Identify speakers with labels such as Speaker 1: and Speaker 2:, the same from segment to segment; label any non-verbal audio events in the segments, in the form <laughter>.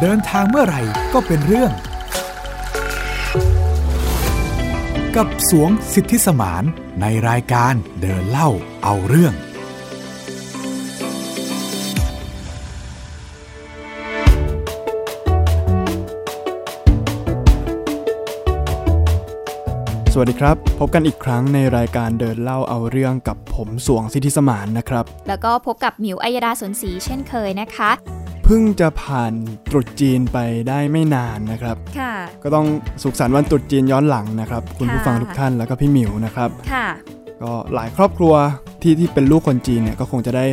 Speaker 1: เดินทางเมื่อไหร่ก็เป็นเรื่อง กับสวงสิทธิสมานในรายการเดินเล่าเอาเรื่อง
Speaker 2: สวัสดีครับ พบกันอีกครั้งในรายการเดินเล่าเอาเรื่องกับผมสวงสิทธิสมานนะครับ
Speaker 3: แล้วก็พบกับหมิวอัยดาสนศรีเช่นเคยนะคะ
Speaker 2: เพิ่งจะผ่านตรุษจีนไปได้ไม่นานนะครับ
Speaker 3: ค่ะ
Speaker 2: ก็ต้องสุขสันต์วันตรุษจีนย้อนหลังนะครับ คุณ
Speaker 3: ค่ะ
Speaker 2: ผู้ฟังทุกท่านแล้วก็พี่หมิวนะครับ
Speaker 3: ค่ะ
Speaker 2: ก็หลายครอบครัวที่ที่เป็นลูกคนจีนเนี่ยก็คงจะได้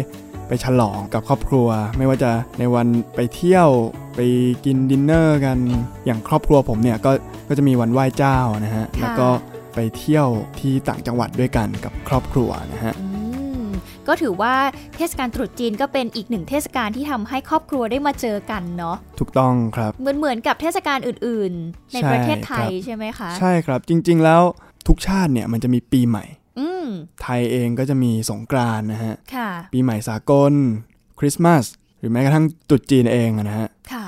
Speaker 2: ไปฉลองกับครอบครัว ไม่ว่าจะในวันไปเที่ยวไปกินดินเนอร์กันอย่างครอบครัวผมเนี่ยก็ก็จะมีวันไหว้เจ้านะฮะ
Speaker 3: ค่ะ
Speaker 2: แล้วก็ไปเที่ยวที่ต่างจังหวัดด้วยกันกับครอบครัวนะฮะ
Speaker 3: อืม ก็ถือว่าเทศกาลตรุษจีนก็เป็นอีกหนึ่งเทศกาลที่ทำให้ครอบครัวได้มาเจอกันเนาะ
Speaker 2: ถูกต้องครับ
Speaker 3: เหมือนเหมือนกับเทศกาลอื่น ๆ ใน
Speaker 2: ใช่
Speaker 3: ประเทศไท
Speaker 2: ค
Speaker 3: ย
Speaker 2: รับ
Speaker 3: ใช่ไหมคะ
Speaker 2: ใช่ครับจริงๆแล้วทุกชาติเนี่ยมันจะมีปีใหม่
Speaker 3: อืม
Speaker 2: ไทยเองก็จะมีสงกรานต์นะฮะ
Speaker 3: ค่ะ
Speaker 2: ปีใหม่สากล คริสต์มาส หรือแม้กระทั่งตรุษจีนเองอะนะฮะ
Speaker 3: ค่ะ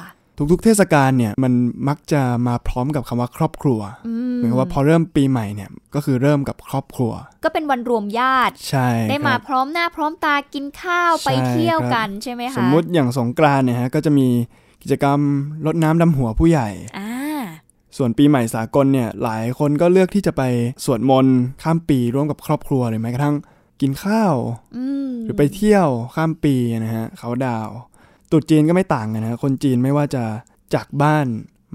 Speaker 2: ทุกๆเทศกาลเนี่ยมันมักจะมาพร้อมกับคำว่าครอบครัว
Speaker 3: อื
Speaker 2: เห
Speaker 3: ม
Speaker 2: มือนกับว่าพอเริ่มปีใหม่เนี่ยก็คือเริ่มกับครอบครัว
Speaker 3: ก็เป็นวันรวมญาติ
Speaker 2: ใช่
Speaker 3: ได้
Speaker 2: ค
Speaker 3: มา
Speaker 2: รับ
Speaker 3: พร้อมหน้าพร้อมตากินข้าวไป
Speaker 2: ใช่
Speaker 3: เที่ยว
Speaker 2: ครับ
Speaker 3: กันใช่ไหมคะ
Speaker 2: สมมุติอย่างสงกรานต์เนี่ยฮะก็จะมีกิจกรรมรดน้ำดำหัวผู้ใหญ่
Speaker 3: อ่า
Speaker 2: ส่วนปีใหม่สากลเนี่ยหลายคนก็เลือกที่จะไปสวดมนต์ข้ามปีร่วมกับครอบครัวหรือแม้กระทั่งกินข้าว
Speaker 3: อืม
Speaker 2: หรือไปเที่ยวข้ามปีนะฮะเขาดาวน์ตรุษจีนก็ไม่ต่างกันนะฮะคนจีนไม่ว่าจะจากบ้าน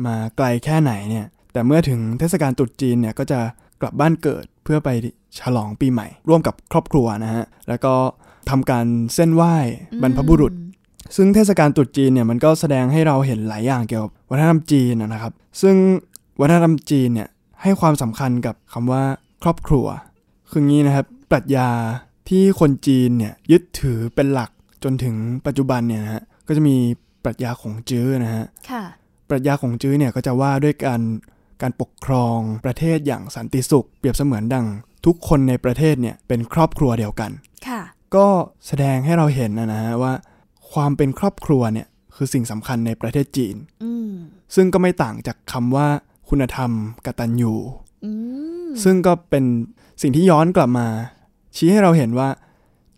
Speaker 2: มาไกลแค่ไหนเนี่ย แต่เมื่อถึงเทศกาลตรุษจีนเนี่ยก็จะกลับบ้านเกิดเพื่อไปฉลองปีใหม่ ร่วมกับครอบครัวนะฮะแล้วก็ทำการเส้นไหว้บรรพบุรุษ ซึ่งเทศกาลตรุษจีนเนี่ยมันก็แสดงให้เราเห็นหลายอย่างเกี่ยวกับวัฒนธรรมจีนนะครับ ซึ่งวัฒนธรรมจีนเนี่ยให้ความสำคัญกับคำว่าครอบครัว คืองี้นะครับปรัชญาที่คนจีนเนี่ยยึดถือเป็นหลักจนถึงปัจจุบันเนี่ยนะฮะก็จะมีปรัชญาของจื้อนะฮะ
Speaker 3: ค่ะ
Speaker 2: ปรัชญาของจื้อเนี่ยก็จะว่าด้วยการการปกครองประเทศอย่างสันติสุข เปรียบเสมือนดังทุกคนในประเทศเนี่ยเป็นครอบครัวเดียวกัน
Speaker 3: ค่ะ
Speaker 2: ก็แสดงให้เราเห็นนะนะฮะว่า ความเป็นครอบครัวเนี่ยคือสิ่งสำคัญในประเทศจีน
Speaker 3: อืม
Speaker 2: ซึ่งก็ไม่ต่างจากคำว่าคุณธรรมกตัญญู
Speaker 3: อืม
Speaker 2: ซึ่งก็เป็นสิ่งที่ย้อนกลับมา ชี้ให้เราเห็นว่า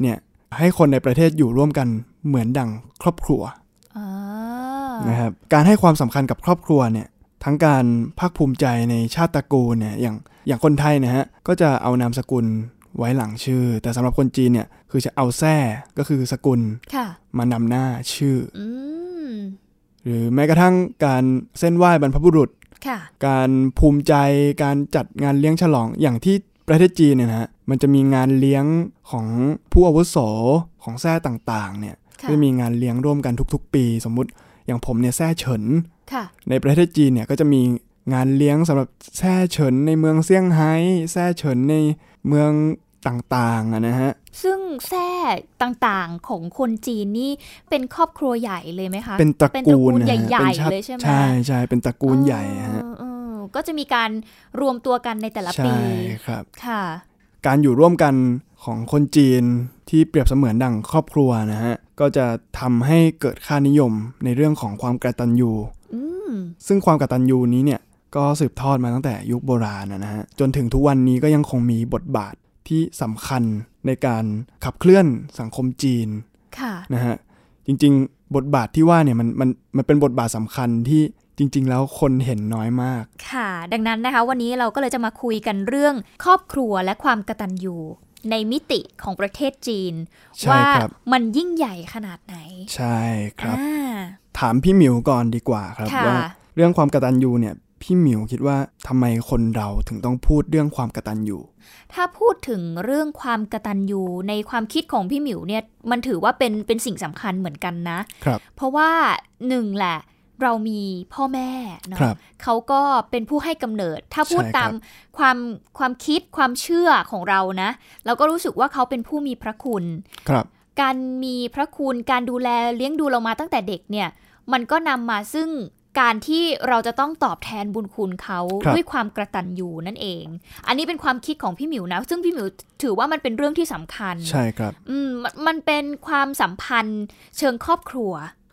Speaker 2: เนี่ยให้คนในประเทศอยู่ร่วมกันเหมือนดังครอบครัว
Speaker 3: อ่า
Speaker 2: นะครับการให้ความสำคัญกับครอบครัวเนี่ยทั้งการภาคภูมิใจในชาติตระกูลเนี่ยอย่างอย่างคนไทยนะฮะก็จะเอานามสกุลไว้หลังชื่อ แต่สำหรับคนจีนเนี่ยคือจะเอาแทร่ก็คือสกุล
Speaker 3: ค่ะ
Speaker 2: มานำหน้าชื่อ
Speaker 3: อืม
Speaker 2: หรือแม้กระทั่งการเส้นไหว้บรรพบุรุษ
Speaker 3: ค่ะ
Speaker 2: การภูมิใจการจัดงานเลี้ยงฉลองอย่างที่ประเทศจีนเนี่ยนะฮะมันจะมีงานเลี้ยงของผู้อาวุโสของแทร่ต่างๆเนี่ย
Speaker 3: ค่ะ
Speaker 2: ก็จะมีงานเลี้ยงร่วมกันทุกๆ ปี สมมุติอย่างผมเนี่ยแทร่เฉิน
Speaker 3: ค่ะ
Speaker 2: ในประเทศจีนเนี่ยก็จะมีงานเลี้ยงสำหรับแทร่เฉินในเมืองเซี่ยงไฮ้แทร่เฉินในเมืองต่างๆอะนะฮะ
Speaker 3: ซึ่งแทร่ต่างๆของคนจีนนี่เป็นครอบครัวใหญ่เลยไหมคะ
Speaker 2: เป็นตระกูล
Speaker 3: เป็นตระกูล
Speaker 2: นะฮะ
Speaker 3: ใหญ่ๆ
Speaker 2: ป็นชาติ
Speaker 3: เลยใช่ไหม
Speaker 2: ใช่ใช่เป็นตระกูลใหญ่ฮะ
Speaker 3: เออเออก็จะมีการรวมตัวกันในแต่ละปี
Speaker 2: ใช่ครับ
Speaker 3: ค่ะ
Speaker 2: การอยู่ร่วมกันของคนจีนที่เปรียบเสมือนดั่งครอบครัวนะฮะ ก็จะทำให้เกิดค่านิยมในเรื่องของความกตัญญู
Speaker 3: อืม
Speaker 2: ซึ่งความกตัญญูนี้เนี่ยก็สืบทอดมาตั้งแต่ยุคโบราณนะฮะ จนถึงทุกวันนี้ก็ยังคงมีบทบาทที่สำคัญในการขับเคลื่อนสังคมจีน
Speaker 3: ค่ะ
Speaker 2: นะฮะจริงๆ บทบาทที่ว่าเนี่ยมันมันมันเป็นบทบาทสำคัญที่จริง ๆ แล้วคนเห็นน้อยมาก
Speaker 3: ค่ะ ดังนั้นนะคะ วันนี้เราก็เลยจะมาคุยกันเรื่องครอบครัวและความกตัญญูในมิติของประเทศจีน
Speaker 2: ใช่
Speaker 3: ว่า
Speaker 2: ครับ
Speaker 3: มันยิ่งใหญ่ขนาดไหน
Speaker 2: ใช่ครับ
Speaker 3: อ่า
Speaker 2: ถามพี่หมิวก่อนดีกว่าครับ
Speaker 3: ค่ะ
Speaker 2: ว่า เรื่องความกตัญญูเนี่ยพี่หมิวคิดว่าทำไมคนเราถึงต้องพูดเรื่องความกตัญญู
Speaker 3: ถ้าพูดถึงเรื่องความกตัญญูในความคิดของพี่หมิวเนี่ยมันถือว่าเป็นเป็นสิ่งสำคัญเหมือนกันนะ
Speaker 2: ครับ
Speaker 3: เพราะว่าหนึ่งแหละ เรามีพ่อแม่เนาะ
Speaker 2: ครับ
Speaker 3: เขาก็เป็นผู้ให้กำเนิด ถ้าพูด
Speaker 2: ใช่ครับ
Speaker 3: ตามความความคิดความเชื่อของเรานะ เราก็รู้สึกว่าเขาเป็นผู้มีพระคุณ
Speaker 2: ครับ
Speaker 3: การมีพระคุณการดูแลเลี้ยงดูเรามาตั้งแต่เด็กเนี่ย มันก็นำมาซึ่งการที่เราจะต้องตอบแทนบุญคุณเขา
Speaker 2: ครับ
Speaker 3: ด้วยความกระตันยูนั่นเอง อันนี้เป็นความคิดของพี่หมิวนะ ซึ่งพี่หมิวถือว่ามันเป็นเรื่องที่สำคัญ
Speaker 2: ใช่ครับ
Speaker 3: อืมมันมันเป็นความสัมพันธ์เชิงครอบครัว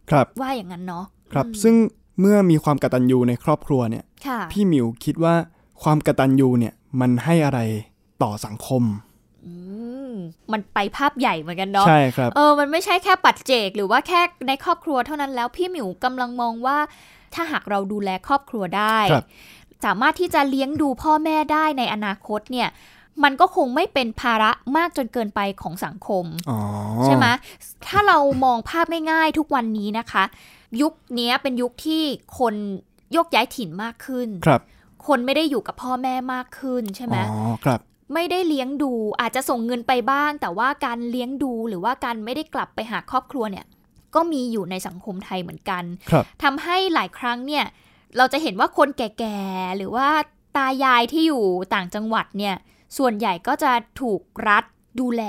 Speaker 2: ครับ
Speaker 3: ว่าอย่างนั้นเนาะ
Speaker 2: ครับ
Speaker 3: อืม
Speaker 2: ซึ่ง เมื่อมีความกตัญญูในครอบครัวเนี่ย
Speaker 3: ค่ะ
Speaker 2: พี่หมิวคิดว่าความกตัญญูเนี่ยมันให้อะไรต่อสังคม
Speaker 3: อืม มันไปภาพใหญ่เหมือนกันเนาะ
Speaker 2: ใช่ครับ
Speaker 3: เออ มันไม่ใช่แค่ปัจเจก หรือว่าแค่ในครอบครัวเท่านั้นแล้วพี่หมิวกำลังมองว่าถ้าหากเราดูแลครอบครัวได้
Speaker 2: ครับ
Speaker 3: สามารถที่จะเลี้ยงดูพ่อแม่ได้ในอนาคตเนี่ย มันก็คงไม่เป็นภาระมากจนเกินไปของสังคม
Speaker 2: อ๋อ
Speaker 3: ใช่ไหมถ้าเรามองภาพง่ายๆทุกวันนี้นะคะ ยุคเนี้ยเป็นยุคที่คนโยกย้ายถิ่นมากขึ้น
Speaker 2: ครับ
Speaker 3: คนไม่ได้อยู่กับพ่อแม่มากขึ้นใช่ไหม
Speaker 2: อ๋อครับ
Speaker 3: ไม่ได้เลี้ยงดูอาจจะส่งเงินไปบ้าง แต่ว่าการเลี้ยงดูหรือว่าการไม่ได้กลับไปหาครอบครัวเนี่ย ก็มีอยู่ในสังคมไทยเหมือนกัน
Speaker 2: ครับ
Speaker 3: ทำให้หลายครั้งเนี่ย เราจะเห็นว่าคนแก่ๆ หรือว่าตายายที่อยู่ต่างจังหวัดเนี่ย ส่วนใหญ่ก็จะถูกรัฐดูแล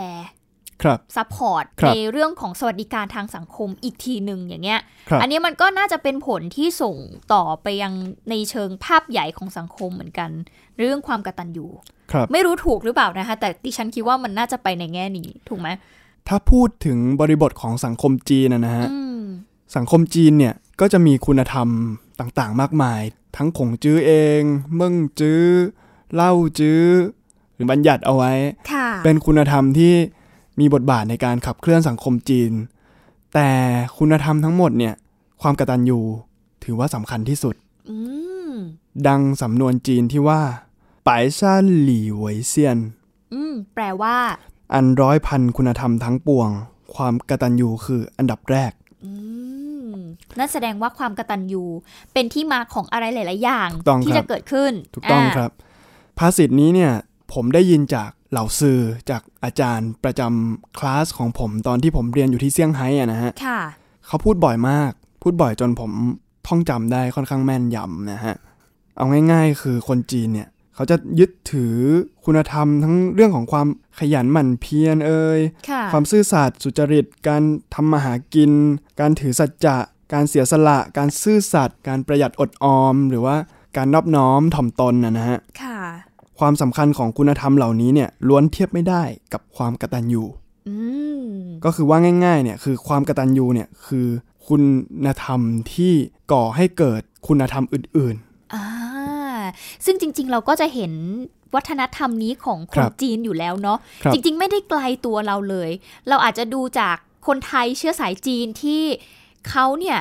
Speaker 2: ครับ
Speaker 3: ซัพพอร์ต
Speaker 2: ครับ
Speaker 3: ในเรื่องของสวัสดิการทางสังคมอีกทีหนึ่งอย่างเงี้ย
Speaker 2: ครับ
Speaker 3: อันนี้มันก็น่าจะเป็นผลที่ส่งต่อไปยังในเชิงภาพใหญ่ของสังคมเหมือนกัน เรื่องความกตัญญู
Speaker 2: ครับ
Speaker 3: ไม่รู้ถูกหรือเปล่านะคะ แต่ดิฉันคิดว่ามันน่าจะไปในแง่นี้ถูกไหม
Speaker 2: ถ้าพูดถึงบริบทของสังคมจีนนะนะฮะ
Speaker 3: อืม
Speaker 2: สังคมจีนเนี่ยก็จะมีคุณธรรมต่างๆ มากมาย ทั้งขงจื้อเอง เมึ่งจื้อเหล่าจื้อ หรือบัญญัติเอาไว้
Speaker 3: ค่ะ
Speaker 2: เป็นคุณธรรมที่มีบทบาทในการขับเคลื่อนสังคมจีน แต่คุณธรรมทั้งหมดเนี่ยความกตัญญูถือว่าสำคัญที่สุด
Speaker 3: อืม
Speaker 2: ดังสำนวนจีนที่ว่าปายซ่านหลี่เหวยเซียน
Speaker 3: อืมแปลว่า
Speaker 2: อันร้อยพันคุณธรรมทั้งปวง ความกตัญญูคืออันดับแรก
Speaker 3: อืมนั่นแสดงว่าความกตัญญูเป็นที่มาของอะไรหลาย ๆ อย่าง
Speaker 2: ถูกต้อง
Speaker 3: ที่
Speaker 2: ครั
Speaker 3: จะ
Speaker 2: บ
Speaker 3: เกิดขึ้น
Speaker 2: ถูกต้อง
Speaker 3: า
Speaker 2: ครับ ภาษิตนี้เนี่ยผมได้ยินจากเหล่าซื่อจากอาจารย์ประจำคลาสของผมตอนที่ผมเรียนอยู่ที่เซี่ยงไฮ้อะนะฮะ
Speaker 3: ค่ะ
Speaker 2: เขาพูดบ่อยมาก พูดบ่อยจนผมท่องจำได้ค่อนข้างแม่นยำนะฮะ เอาง่ายๆ คือคนจีนเนี่ยเขาจะยึดถือคุณธรรมทั้งเรื่องของความขยันหมั่นเพียรเอ่ย
Speaker 3: ค่ะ
Speaker 2: ความซื่อสัตย์สุจริต การทำมาหากิน การถือสัจจะ การเสียสละ การซื่อสัตย์ การประหยัดอดออม หรือว่าการนอบน้อมถ่อมตนนะนะฮะ
Speaker 3: ค่ะ
Speaker 2: ความสำคัญของคุณธรรมเหล่านี้เนี่ยล้วนเทียบไม่ได้กับความกตัญญู
Speaker 3: อืม
Speaker 2: ก็คือว่าง่ายๆเนี่ยคือความกตัญญูเนี่ยคือคุณธรรมที่ก่อให้เกิดคุณธรรมอื่น
Speaker 3: อ่าซึ่งจริงๆ เราก็จะเห็นวัฒนธรรมนี้ของค
Speaker 2: ครั
Speaker 3: น
Speaker 2: บ
Speaker 3: จีนอยู่แล้วเนาะ
Speaker 2: ครับ
Speaker 3: จริงๆ ไม่ได้ไกลตัวเราเลย เราอาจจะดูจากคนไทยเชื้อสายจีนที่เขาเนี่ย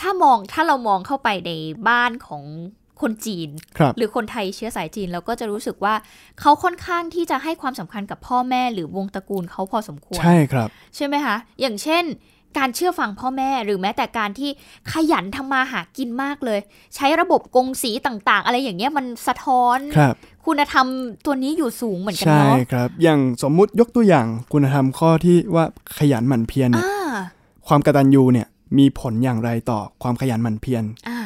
Speaker 3: ถ้ามองถ้าเรามองเข้าไปในบ้านของคนจีน
Speaker 2: ๆ ครับ
Speaker 3: หรือคนไทยเชื้อสายจีนเราก็จะรู้สึกว่าเขาค่อนข้างที่จะให้ความสำคัญกับพ่อแม่หรือวงตระกูลเขาพอสมควร
Speaker 2: ใช่ครับ
Speaker 3: ใช่ไหมคะ อย่างเช่น การเชื่อฟังพ่อแม่หรือแม้แต่การที่ขยันทำมาหากินมากเลย ใช้ระบบกงสีต่างๆ อะไรอย่างเงี้ยมันสะท้อน
Speaker 2: ครับ
Speaker 3: คุณธรรมตัวนี้อยู่สูงเหมือนกัน
Speaker 2: ใช่
Speaker 3: เนาะ
Speaker 2: ครับ อย่างสมมุติยกตัวอย่างคุณธรรมข้อที่ว่าขยันหมั่นเพียรเนี่ย
Speaker 3: อ่า
Speaker 2: ความกตัญญูเนี่ยมีผลอย่างไรต่อความขยันหมั่นเพียร
Speaker 3: อ่า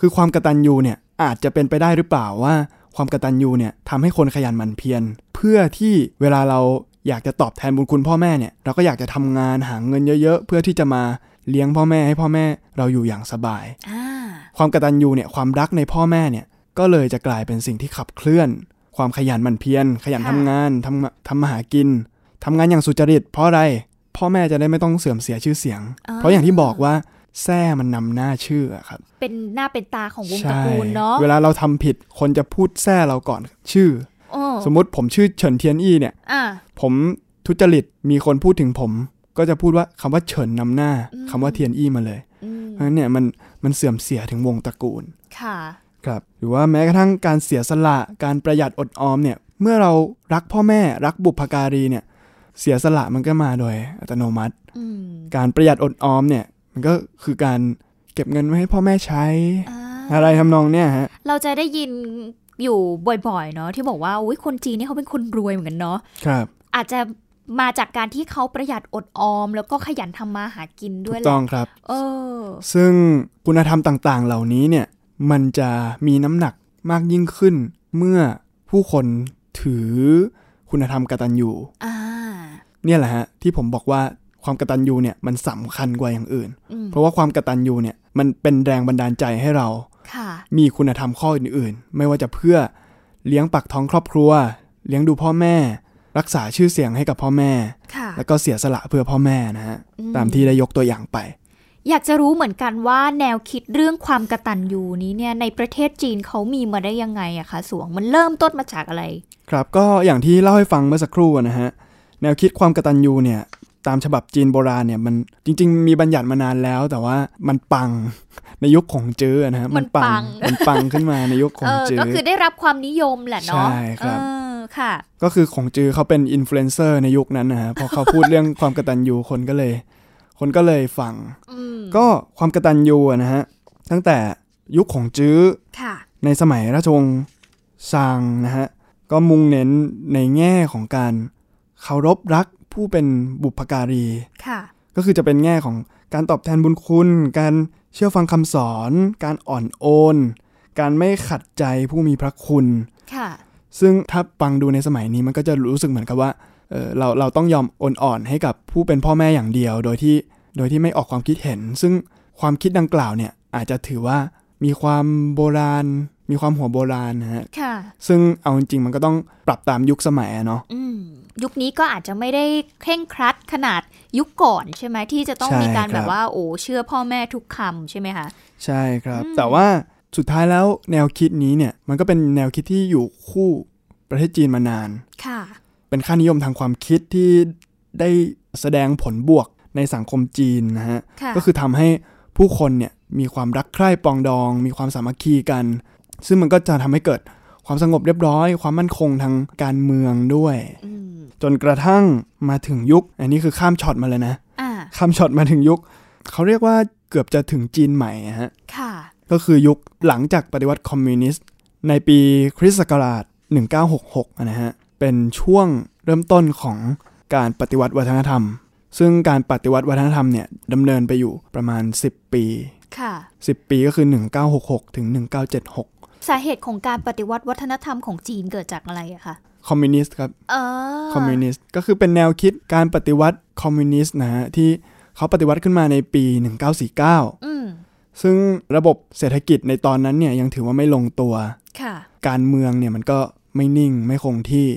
Speaker 2: คือความกตัญญูเนี่ยอาจจะเป็นไปได้หรือเปล่าว่า ความกตัญญูเนี่ยทำให้คนขยันหมั่นเพียรเพื่อที่เวลาเราอยากจะตอบแทนบุญคุณพ่อแม่เนี่ยเราก็อยากจะทำงานหาเงินเยอะๆ เพื่อที่จะมาเลี้ยงพ่อแม่ให้พ่อแม่เราอยู่อย่างสบาย
Speaker 3: อ่า
Speaker 2: ความกตัญญูเนี่ยความรักในพ่อแม่เนี่ยก็เลยจะกลายเป็นสิ่งที่ขับเคลื่อน ความขยันหมั่นเพียรขยันทำงานทำมาทำมาหากินทำงานอย่างสุจริต เพราะอะไร พ่อแม่จะได้ไม่ต้องเสื่อมเสียชื่อเสียง เพราะอย่างที่บอกว่าแท้มันนำหน้าชื่ออะครับ
Speaker 3: เป็นหน้าเป็นตาของวงตระกูลเนาะ
Speaker 2: เวลาเราทำผิดคนจะพูดแท้เราก่อนชื่อ
Speaker 3: โอ้
Speaker 2: สมมติผมชื่อเฉินเทียนอี้เนี่ย
Speaker 3: อ่า
Speaker 2: ผมทุจริตมีคนพูดถึงผม ก็จะพูดว่าคำว่าเฉินนำหน้า
Speaker 3: อืม
Speaker 2: คำว่าเทียนอี้มาเลย
Speaker 3: อืม
Speaker 2: เพราะฉะนั้นเนี่ยมันมันเสื่อมเสียถึงวงตระกูล
Speaker 3: ค่ะ
Speaker 2: ครับหรือว่าแม้กระทั่งการเสียสละการประหยัดอดออมเนี่ยเมื่อเรารักพ่อแม่รักบุพการีเนี่ยเสียสละมันก็มาโดยอัตโนมัติ
Speaker 3: อืม
Speaker 2: การประหยัดอดออมเนี่ยมันก็คือการเก็บเงินไว้ให้พ่อแม่ใช้
Speaker 3: อ่า
Speaker 2: อะไรทำนองเนี่ยฮะ
Speaker 3: เราจะได้ยินอยู่บ่อยๆเนาะที่บอกว่าอุ้ยคนจีนนี่เขาเป็นคนรวยเหมือนกันเนาะ
Speaker 2: ครับ
Speaker 3: อาจจะมาจากการที่เขาประหยัดอดออม แล้วก็ขยันทำมาหากินด้
Speaker 2: ถู
Speaker 3: วย
Speaker 2: ก
Speaker 3: แห
Speaker 2: ต้
Speaker 3: ละ
Speaker 2: องครับ
Speaker 3: เออ
Speaker 2: ซึ่งคุณธรรมต่างๆ เหล่านี้เนี่ยมันจะมีน้ำหนักมากยิ่งขึ้น เมื่อผู้คนถือคุณธรรมกตัญญู
Speaker 3: อ่า
Speaker 2: เนี่ยแหละฮะที่ผมบอกว่าความกตัญญูเนี่ยมันสำคัญกว่าอย่างอื่น
Speaker 3: อืม
Speaker 2: เพราะว่าความกตัญญูเนี่ยมันเป็นแรงบันดาลใจให้เรา
Speaker 3: ค่ะ
Speaker 2: มีคุณธรรมข้ออื่นๆ ไม่ว่าจะเพื่อเลี้ยงปักท้องครอบครัว เลี้ยงดูพ่อแม่ รักษาชื่อเสียงให้กับพ่อแม่
Speaker 3: ค่ะ
Speaker 2: แล้วก็เสียสละเพื่อพ่อแม่นะฮะ
Speaker 3: อืม
Speaker 2: ตามที่ได้ยกตัวอย่างไป
Speaker 3: อยากจะรู้เหมือนกันว่าแนวคิดเรื่องความกระตันยูนี้เนี่ยในประเทศจีนเขามีมาได้ยังไงอะคะสวงมันเริ่มต้นมาจากอะไร
Speaker 2: ครับก็อย่างที่เล่าให้ฟังเมื่อสักครู่นะฮะแนวคิดความกตัญญูเนี่ยตามฉบับจีนโบราณเนี่ยมันจริง ๆ มีบัญญัติมานานแล้ว แต่ว่ามันปัง <laughs> ในยุคของจื้อนะฮะ
Speaker 3: มันปัง
Speaker 2: <laughs> มันปังขึ้นมาในยุคขอ
Speaker 3: เอง อ
Speaker 2: จื้อ
Speaker 3: ก็คือได้รับความนิยมแหละเนาะ
Speaker 2: ใช่ครับ
Speaker 3: เออค่ะ
Speaker 2: ก็คือของจือเขาเป็นอินฟลูเอนเซอร์ในยุคนั้น
Speaker 3: <laughs>
Speaker 2: นะฮะพอเขาพูดเรื่องความกตัญญูคนก็เลย คนก็เลยฟัง
Speaker 3: อืม
Speaker 2: ก็ความกตัญญูอะนะฮะตั้งแต่ยุคของจื้อ
Speaker 3: ค่ะ
Speaker 2: ในสมัยราชวงศ์ซางนะฮะ ก็มุ่งเน้นในแง่ของการเคารพรักผู้เป็นบุพการี
Speaker 3: ค่ะ
Speaker 2: ก็คือจะเป็นแง่ของการตอบแทนบุญคุณ การเชื่อฟังคำสอน การอ่อนโอน การไม่ขัดใจผู้มีพระคุณ
Speaker 3: ค่ะ
Speaker 2: ซึ่งถ้าฟังดูในสมัยนี้มันก็จะรู้สึกเหมือนกับว่าเออเราเราต้องยอมอ่อนอ่อนให้กับผู้เป็นพ่อแม่อย่างเดียว โดยที่โดยที่ไม่ออกความคิดเห็น ซึ่งความคิดดังกล่าวเนี่ยอาจจะถือว่ามีความโบราณ มีความหัวโบราณนะฮะ
Speaker 3: ค่ะ
Speaker 2: ซึ่งเอาจริงๆมันก็ต้องปรับตามยุคสมัยอะเนาะ
Speaker 3: อืมยุคนี้ก็อาจจะไม่ได้เคร่งครัดขนาดยุคก่อนใช่ไหมที่จะต้อง
Speaker 2: ใช่
Speaker 3: มีการ
Speaker 2: ค
Speaker 3: แบ
Speaker 2: รับ
Speaker 3: บว่าโอ้เชื่อพ่อแม่ทุกคำใช่ไหมคะ
Speaker 2: ใช่ครับ
Speaker 3: อืม
Speaker 2: แต่ว่าสุดท้ายแล้วแนวคิดนี้เนี่ยมันก็เป็นแนวคิดที่อยู่คู่ประเทศจีนมานาน
Speaker 3: ค่ะ
Speaker 2: เป็นค่านิยมทางความคิดที่ได้แสดงผลบวกในสังคมจีนนะฮะ
Speaker 3: ค่ะ
Speaker 2: ก็คือทำให้ผู้คนเนี่ยมีความรักใคร่ปรองดอง มีความสามัคคีกัน ซึ่งมันก็จะทำให้เกิดความสงบเรียบร้อย ความมั่นคงทางการเมืองด้วย
Speaker 3: อืม
Speaker 2: จนกระทั่งมาถึงยุค อันนี้คือข้ามช็อตมาเลยนะ
Speaker 3: อ่า
Speaker 2: ข้ามช็อตมาถึงยุค เขาเรียกว่าเกือบจะถึงจีนใหม่อะฮะ
Speaker 3: ค่ะ
Speaker 2: ก็คือยุคหลังจากปฏิวัติคอมมิวนิสต์ ในปีคริสต์ศักราช 1966อะนะฮะ เป็นช่วงเริ่มต้นของการปฏิวัติวัฒนธรรม ซึ่งการปฏิวัติวัฒนธรรมเนี่ยดำเนินไปอยู่ประมาณ 10 ปี
Speaker 3: ค่ะ
Speaker 2: 10 ปีก็คือ 1966 ถึง 1976
Speaker 3: สาเหตุของการปฏิวัติวัฒนธรรมของจีนเกิดจากอะไรอะคะ
Speaker 2: คอมมิวนิสต์ครับ
Speaker 3: เออ
Speaker 2: คอมมิวนิสต์ก็คือเป็นแนวคิดการปฏิวัติคอมมิวนิสต์นะฮะ ที่เขาปฏิวัติขึ้นมาในปี 1949
Speaker 3: อืม
Speaker 2: ซึ่งระบบเศรษฐกิจในตอนนั้นเนี่ยยังถือว่าไม่ลงตัว
Speaker 3: ค่ะ
Speaker 2: การเมืองเนี่ยมันก็ไม่นิ่งไม่คงที่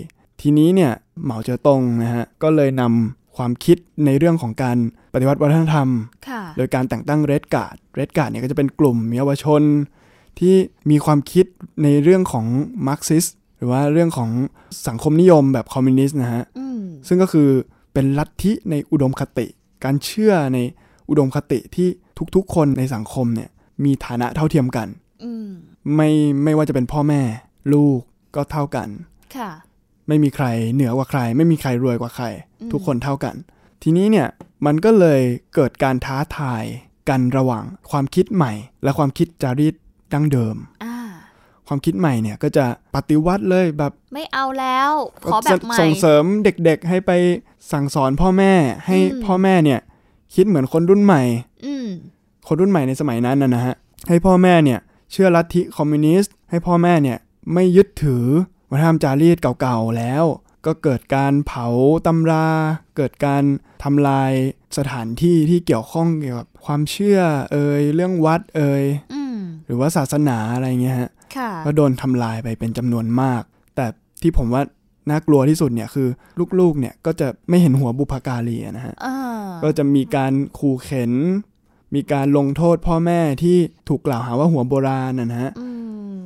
Speaker 2: ทีนี้เนี่ยเหมาเจ๋อตงนะฮะ ก็เลยนำความคิดในเรื่องของการปฏิวัติวัฒนธรรม
Speaker 3: ค่ะ
Speaker 2: โดยการแต่งตั้งเรดการ์ดเรดการ์ดเนี่ยก็จะเป็นกลุ่มเยาวชน ที่มีความคิดในเรื่องของมาร์กซิสหรือว่าเรื่องของสังคมนิยมแบบคอมมิวนิสต์นะฮะ
Speaker 3: อืม
Speaker 2: ซึ่งก็คือเป็นลัทธิในอุดมคติ การเชื่อในอุดมคติที่ทุกๆ คนในสังคมเนี่ยมีฐานะเท่าเทียมกัน
Speaker 3: อืม
Speaker 2: ไม่ไม่ว่าจะเป็นพ่อแม่ ลูกก็เท่ากัน
Speaker 3: ค่ะ
Speaker 2: ไม่มีใครเหนือกว่าใคร ไม่มีใครรวยกว่าใคร
Speaker 3: อืม
Speaker 2: ทุกคนเท่ากัน ทีนี้เนี่ยมันก็เลยเกิดการท้าทายกันระหว่างความคิดใหม่ และความคิดจารีตดั้งเดิม
Speaker 3: อ่า
Speaker 2: ความคิดใหม่เนี่ยก็จะปฏิวัติเลยแบบ
Speaker 3: ไม่เอาแล้วขอแบบใหม่
Speaker 2: ส่งเสริมเด็กๆ ให้ไปสั่งสอนพ่อแม่ ให้
Speaker 3: อืม
Speaker 2: พ่อแม่เนี่ยคิดเหมือนคนรุ่นใหม่
Speaker 3: อืม
Speaker 2: คนรุ่นใหม่ในสมัยนั้นนะนะฮะ ให้พ่อแม่เนี่ยเชื่อลัทธิคอมมิวนิสต์ ให้พ่อแม่เนี่ยไม่ยึดถือวัฒนธรรมจารีตเก่าๆแล้ว ก็เกิดการเผาตำรา เกิดการทำลายสถานที่ที่เกี่ยวข้องเกี่ยวกับความเชื่อเอ่ยเรื่องวัดเอ่ย
Speaker 3: อืม
Speaker 2: หรือว่าศาสนาอะไรเงี้ยฮะ
Speaker 3: ค่ะ
Speaker 2: ก็โดนทำลายไปเป็นจำนวนมาก แต่ที่ผมว่าน่ากลัวที่สุดเนี่ยคือลูกๆเนี่ยก็จะไม่เห็นหัวบุพการีอะนะฮะ
Speaker 3: เออ
Speaker 2: ก็จะมีการขู่เข็น มีการลงโทษพ่อแม่ที่ถูกกล่าวหาว่าหัวโบราณนะนะฮะ
Speaker 3: อืม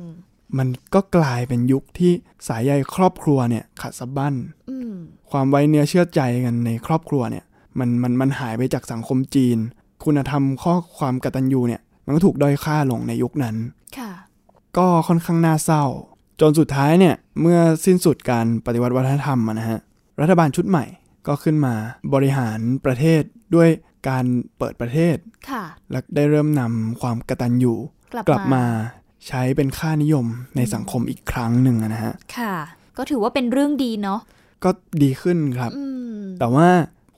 Speaker 2: มันก็กลายเป็นยุคที่สายใยครอบครัวเนี่ยขาดสะบั้น
Speaker 3: อืม
Speaker 2: ความไว้เนื้อเชื่อใจกันในครอบครัวเนี่ย มันมันมันหายไปจากสังคมจีน คุณธรรมข้อความกตัญญูเนี่ย มันก็ถูกด้อยค่าลงในยุคนั้น
Speaker 3: ค่ะ
Speaker 2: ก็ค่อนข้างน่าเศร้า จนสุดท้ายเนี่ย เมื่อสิ้นสุดการปฏิวัติวัฒนธรรมอะนะฮะ รัฐบาลชุดใหม่ก็ขึ้นมาบริหารประเทศด้วยการเปิดประเทศ
Speaker 3: ค่ะ
Speaker 2: และได้เริ่มนำความกตัญญู
Speaker 3: กลับ
Speaker 2: กลับ
Speaker 3: มา
Speaker 2: มาใช้เป็นค่านิยมในสังคมอีกครั้งหนึ่งอะนะฮะ
Speaker 3: ค่ะ ก็ถือว่าเป็นเรื่องดีเนาะ
Speaker 2: ก็ดีขึ้นครับ
Speaker 3: อืม
Speaker 2: แต่ว่า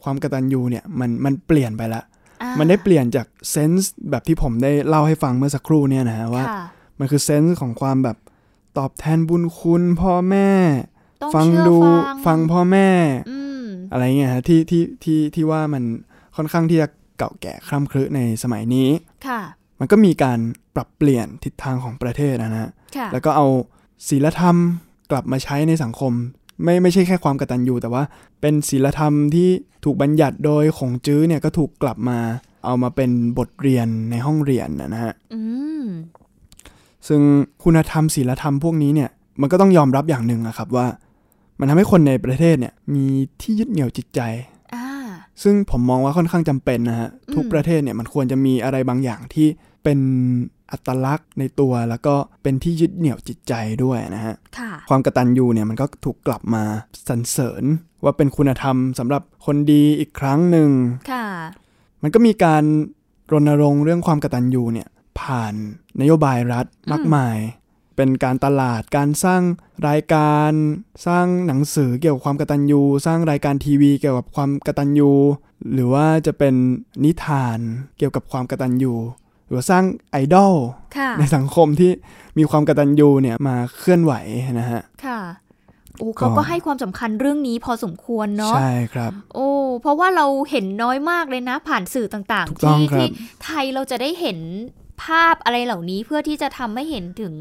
Speaker 2: ความกตัญญูเนี่ยมันมันเปลี่ยนไปละ
Speaker 3: อ่า
Speaker 2: มันได้เปลี่ยนจากเซนส์แบบที่ผมได้เล่าให้ฟังเมื่อสักครู่เนี่ยนะฮะว่า
Speaker 3: ค่ะ
Speaker 2: มันคือเซนส์ของความแบบตอบแทนบุญคุณพ่อแม่
Speaker 3: ต้อง
Speaker 2: ฟัง
Speaker 3: เชื่อ
Speaker 2: ดู
Speaker 3: ฟั
Speaker 2: ฟั
Speaker 3: ง
Speaker 2: งพ่อแม่
Speaker 3: อืม
Speaker 2: อะไรเงี้ยฮะที่ที่ที่ที่ว่ามันค่อนข้างที่จะเก่าแก่คร่ำครึในสมัยนี้
Speaker 3: ค่ะ
Speaker 2: มันก็มีการปรับเปลี่ยนทิศทางของประเทศนะฮะ
Speaker 3: ค่ะ
Speaker 2: แล้วก็เอาศีลธรรมกลับมาใช้ในสังคม ไม่ไม่ใช่แค่ความกตัญญูแต่ว่าเป็นศีลธรรมที่ถูกบัญญัติโดยของจื้อเนี่ยก็ถูกกลับมา เอามาเป็นบทเรียนในห้องเรียนนะฮะ
Speaker 3: อืม
Speaker 2: ซึ่งคุณธรรมศีลธรรมพวกนี้เนี่ยมันก็ต้องยอมรับอย่างหนึ่งนะครับว่า มันทำให้คนในประเทศเนี่ยมีที่ยึดเหนี่ยวจิตใจ
Speaker 3: อ่า
Speaker 2: ซึ่งผมมองว่าค่อนข้างจำเป็นนะฮะทุกประเทศเนี่ยมันควรจะมีอะไรบางอย่างที่เป็นอัตลักษณ์ในตัว แล้วก็เป็นที่ยึดเหนี่ยวจิตใจด้วยนะฮะ
Speaker 3: ค่ะ
Speaker 2: ความกตัญญูเนี่ยมันก็ถูกกลับมาสรรเสริญ ว่าเป็นคุณธรรมสำหรับคนดีอีกครั้งหนึ่ง
Speaker 3: ค่ะ
Speaker 2: มันก็มีการรณรงค์เรื่องความกตัญญูเนี่ยผ่านนโยบายรัฐมากมาย เป็นการตลาดการสร้างรายการสร้างหนังสือเกี่ยวกับความกตัญญูสร้างรายการทีวีเกี่ยวกับความกตัญญูหรือว่าจะเป็นนิทานเกี่ยวกับความกตัญญูหรือว่าสร้างไอดอล
Speaker 3: ค่ะ
Speaker 2: ในสังคมที่มีความกตัญญูเนี่ยมาเคลื่อนไหวนะฮะ
Speaker 3: ค่ะ โอ้
Speaker 2: ก็
Speaker 3: เขาก็ให้ความสำคัญเรื่องนี้พอสมควรเนาะ
Speaker 2: ใช่ครับ
Speaker 3: โอ้ เพราะว่าเราเห็นน้อยมากเลยนะ ผ่านสื่อต่าง
Speaker 2: ถูก
Speaker 3: ๆ
Speaker 2: ต้อง
Speaker 3: ที่
Speaker 2: ครับ
Speaker 3: ที่ไทยเราจะได้เห็นภาพอะไรเหล่านี้เพื่อที่จะทำให้เห็นถึง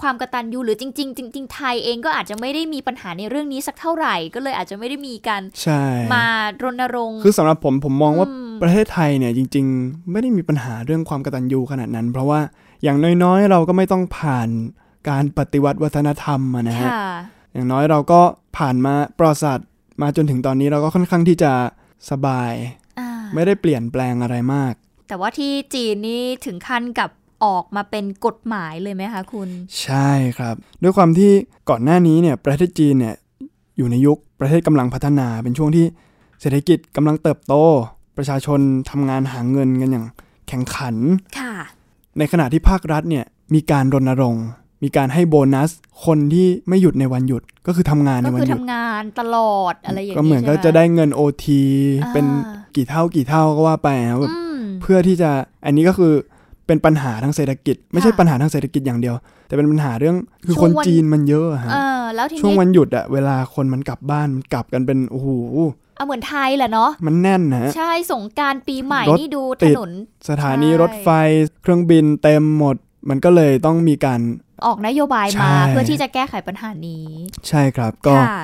Speaker 3: ความกตัญญูหรือจริง ๆ จริง ๆ ไทยเองก็อาจจะไม่ได้มีปัญหาในเรื่องนี้สักเท่าไหร่ ก็เลยอาจจะไม่ได้มีการ
Speaker 2: ใช่
Speaker 3: มารณรงค์
Speaker 2: คือสำหรับผมผมมองว่า
Speaker 3: อืม
Speaker 2: ประเทศไทยเนี่ยจริง ๆ ไม่ได้มีปัญหาเรื่องความกตัญญูขนาดนั้น เพราะว่าอย่างน้อยๆ เราก็ไม่ต้องผ่านการปฏิวัติวัฒนธรรมอะนะฮะ
Speaker 3: ค่ะ
Speaker 2: อย่างน้อยเราก็ผ่านมาประวัติศาสตร์มาจนถึงตอนนี้เราก็ค่อนข้างที่จะสบาย
Speaker 3: อ่า
Speaker 2: ไม่ได้เปลี่ยนแปลงอะไรมาก
Speaker 3: แต่ว่าที่จีนนี่ถึงขั้นกับออกมาเป็นกฎหมายเลยไหมคะคุณ
Speaker 2: ใช่ครับ ด้วยความที่ก่อนหน้านี้เนี่ยประเทศจีนเนี่ยอยู่ในยุคประเทศกำลังพัฒนาเป็นช่วงที่เศรษฐกิจกำลังเติบโต ประชาชนทำงานหาเงินกันอย่างแข่งขัน
Speaker 3: ค่ะ
Speaker 2: ในขณะที่ภาครัฐเนี่ยมีการรณรงค์ มีการให้โบนัส คนที่ไม่หยุดในวันหยุดก็คือทำงานใน
Speaker 3: ก็
Speaker 2: วัน
Speaker 3: คือ
Speaker 2: หยุด
Speaker 3: ทำงานตลอดอะไรอย่าง
Speaker 2: ก็
Speaker 3: นี้
Speaker 2: เหมือนก็
Speaker 3: ใช่ไ
Speaker 2: จะได้เงินโอที
Speaker 3: อ่า
Speaker 2: เป็นกี่เท่ากี่เท่าก็ว่าไปนะแบบ
Speaker 3: อืม
Speaker 2: เพื่อที่จะอันนี้ก็คือเป็นปัญหาทางเศรษฐกิจ ไม่ใช่
Speaker 3: ค่ะ
Speaker 2: ปัญหาทางเศรษฐกิจอย่างเดียว แต่เป็นปัญหาเรื่องคือ
Speaker 3: ช่วง
Speaker 2: คน
Speaker 3: วัน
Speaker 2: จีนมันเยอะอะฮะ
Speaker 3: เออแล้วที
Speaker 2: ช่วง
Speaker 3: นี้
Speaker 2: วันหยุดอะเวลาคนมันกลับบ้านมันกลับกันเป็นโอ้โห
Speaker 3: เอาเหมือนไทยแหละเนาะ
Speaker 2: มันแน่นนะฮะ
Speaker 3: ใช่สงกรารปีใหม่
Speaker 2: รถ
Speaker 3: นี่ดู
Speaker 2: ติ
Speaker 3: ถ
Speaker 2: ด
Speaker 3: นน
Speaker 2: สถานี
Speaker 3: ใช่
Speaker 2: รถไฟเครื่องบินเต็มหมด มันก็เลยต้องมีการ
Speaker 3: ออกนโยบาย
Speaker 2: ใช่
Speaker 3: มาเพื่อที่จะแก้ไขปัญหานี้
Speaker 2: ใช่ครับก็
Speaker 3: ค่ะ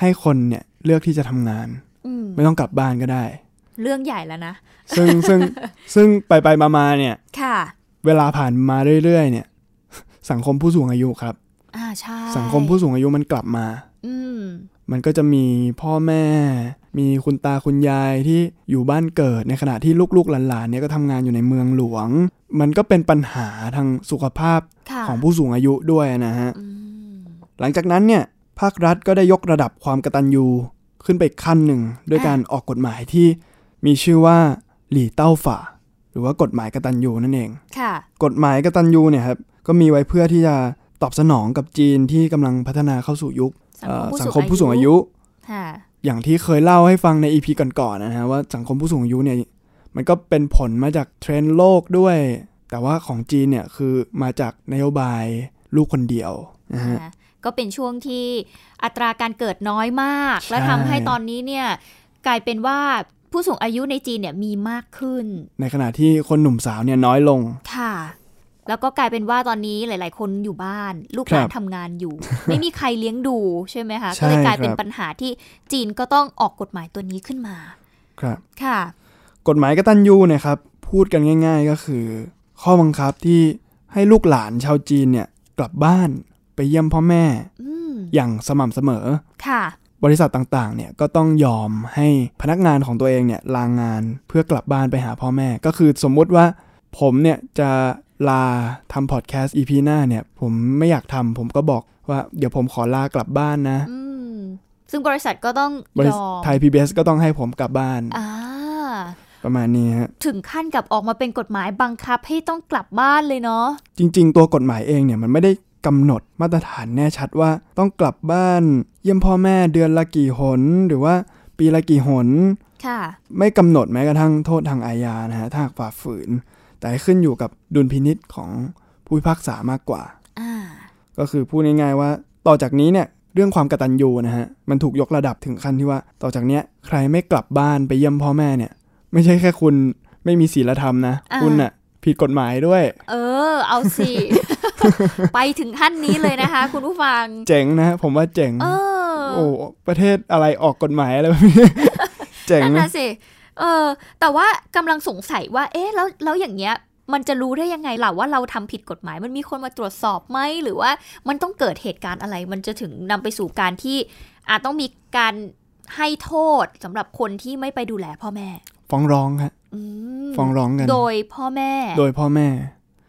Speaker 2: ให้คนเนี่ยเลือกที่จะทำงาน
Speaker 3: อืม
Speaker 2: ไม่ต้องกลับบ้านก็ได้
Speaker 3: เรื่องใหญ่แล้วนะ
Speaker 2: ซึ่งซึ่ง <laughs> ซึ่งไปไปมามาเนี่ย
Speaker 3: ค่ะ
Speaker 2: เวลาผ่านมาเรื่อยๆ เนี่ย สังคมผู้สูงอายุครับ
Speaker 3: อ่าใช่
Speaker 2: สังคมผู้สูงอายุมันกลับมา
Speaker 3: อืม
Speaker 2: มันก็จะมีพ่อแม่ มีคุณตาคุณยายที่อยู่บ้านเกิดในขณะที่ลูกๆหลานๆเนี่ยก็ทำงานอยู่ในเมืองหลวง มันก็เป็นปัญหาทางสุขภาพ
Speaker 3: ค่ะ
Speaker 2: ของผู้สูงอายุด้วยนะฮะ
Speaker 3: อืม
Speaker 2: หลังจากนั้นเนี่ยภาครัฐก็ได้ยกระดับความกตัญญูขึ้นไปอีกขั้นหนึ่งด้วยการออกกฎหมายที่มีชื่อว่าหลี่เต้าฝ่า หรือว่ากฎหมายกตัญญูนั่นเอง
Speaker 3: ค่ะ
Speaker 2: กฎหมายกตัญญูเนี่ยครับก็มีไว้เพื่อที่จะตอบสนองกับจีนที่กำลังพัฒนาเข้าสู่ยุค
Speaker 3: สัง
Speaker 2: เอ่
Speaker 3: คม
Speaker 2: อสังคม
Speaker 3: ผู้สูง
Speaker 2: ผู้สูงอายุ
Speaker 3: ค่ะ
Speaker 2: อย่างที่เคยเล่าให้ฟังในอีพีก่อนๆนะฮะว่าสังคมผู้สูงอายุเนี่ยมันก็เป็นผลมาจากเทรนด์โลกด้วย แต่ว่าของจีนเนี่ยคือมาจากนโยบายลูกคนเดียวนะฮะ
Speaker 3: นะคะก็เป็นช่วงที่อัตราการเกิดน้อยมาก
Speaker 2: ใช่
Speaker 3: และทำให้ตอนนี้เนี่ยกลายเป็นว่าผู้สูงอายุในจีนเนี่ยมีมากขึ้น
Speaker 2: ในขณะที่คนหนุ่มสาวเนี่ยน้อยลง
Speaker 3: ค่ะ แล้วก็กลายเป็นว่าตอนนี้หลาย ๆ คนอยู่บ้าน ลูกห
Speaker 2: คน
Speaker 3: ลา
Speaker 2: รับ
Speaker 3: ทำงานอยู่ ไม่มีใครเลี้ยงดูใช่ไหมคะ
Speaker 2: ใช่
Speaker 3: ก็เลยกลายเป็น
Speaker 2: ครับ
Speaker 3: ปัญหาที่จีนก็ต้องออกกฎหมายตัวนี้ขึ้นมา
Speaker 2: ครับ
Speaker 3: ค่ะ
Speaker 2: กฎหมายกตัญญูเนะครับ พูดกันง่าย ๆ ก็คือ ข้อบังคับที่ให้ลูกหลานชาวจีนเนี่ยกลับบ้านไปเยี่ยมพ่อแม่
Speaker 3: อืม
Speaker 2: อย่างสม่ำเสมอ
Speaker 3: ค่ะ
Speaker 2: บริษัทต่างๆ เนี่ยก็ต้องยอมให้พนักงานของตัวเองเนี่ยลางงานเพื่อกลับบ้านไปหาพ่อแม่ ก็คือสมมุติว่าผมเนี่ยจะลาทำพอดแคสต์ EP หน้าเนี่ยผมไม่อยากทำผมก็บอกว่าเดี๋ยวผมขอลากลับบ้านนะ
Speaker 3: อืม ซึ่งบริษัทก็ต้อง
Speaker 2: บริ
Speaker 3: ย
Speaker 2: ษัท
Speaker 3: อม
Speaker 2: ไทย PBS ก็ต้องให้ผมกลับบ้าน
Speaker 3: อ่า
Speaker 2: ประมาณนี้ฮะ
Speaker 3: ถึงขั้นกับออกมาเป็นกฎหมายบังคับให้ต้องกลับบ้านเลยเนาะ
Speaker 2: จริง ๆ ตัวกฎหมายเองเนี่ยมันไม่ได้กำหนดมาตรฐานแน่ชัดว่าต้องกลับบ้านเยี่ยมพ่อแม่เดือนละกี่หน หรือว่าปีละกี่หน
Speaker 3: ค่ะ
Speaker 2: ไม่กำหนดแม้กระทั่งโทษทางอาญานะฮะถ้าหากฝ่าฝืน แต่ขึ้นอยู่กับดุลพินิษของผู้พิพากษามากกว่า
Speaker 3: อ่า
Speaker 2: ก็คือพูดง่ายๆว่าต่อจากนี้เนี่ยเรื่องความกตัญญูนะฮะมันถูกยกระดับถึงขั้นที่ว่า ต่อจากเนี้ยใครไม่กลับบ้านไปเยี่ยมพ่อแม่เนี่ย ไม่ใช่แค่คุณไม่มีศีลธรรมนะ
Speaker 3: อ่า
Speaker 2: คุณน่ะผิดกฎหมายด้วย
Speaker 3: เออ เอาสิ
Speaker 2: <laughs>
Speaker 3: ไปถึงขั้นนี้เลยนะคะ คุณผู้ฟัง
Speaker 2: เจ๋งนะฮะผมว่าเจ๋ง
Speaker 3: เออ <laughs>
Speaker 2: โอ้ ประเทศอะไรออกกฎหมายอะไรแบบนี้ เจ๋ง
Speaker 3: นั่น
Speaker 2: นะ
Speaker 3: น่ะสิ เออ แต่ว่ากำลังสงสัยว่า เอ๊ะ แล้วแล้วอย่างเงี้ย มันจะรู้ได้ยังไงล่ะว่าเราทำผิดกฎหมาย มันมีคนมาตรวจสอบไหมหรือว่ามันต้องเกิดเหตุการณ์อะไร มันจะถึงนำไปสู่การที่ อาจต้องมีการให้โทษสำหรับคนที่ไม่ไปดูแลพ่อแม่
Speaker 2: ฟ้องร้องฮะ
Speaker 3: อืม
Speaker 2: ฟ้องร้องกัน
Speaker 3: โดยพ่อแม่
Speaker 2: โดยพ่อแม่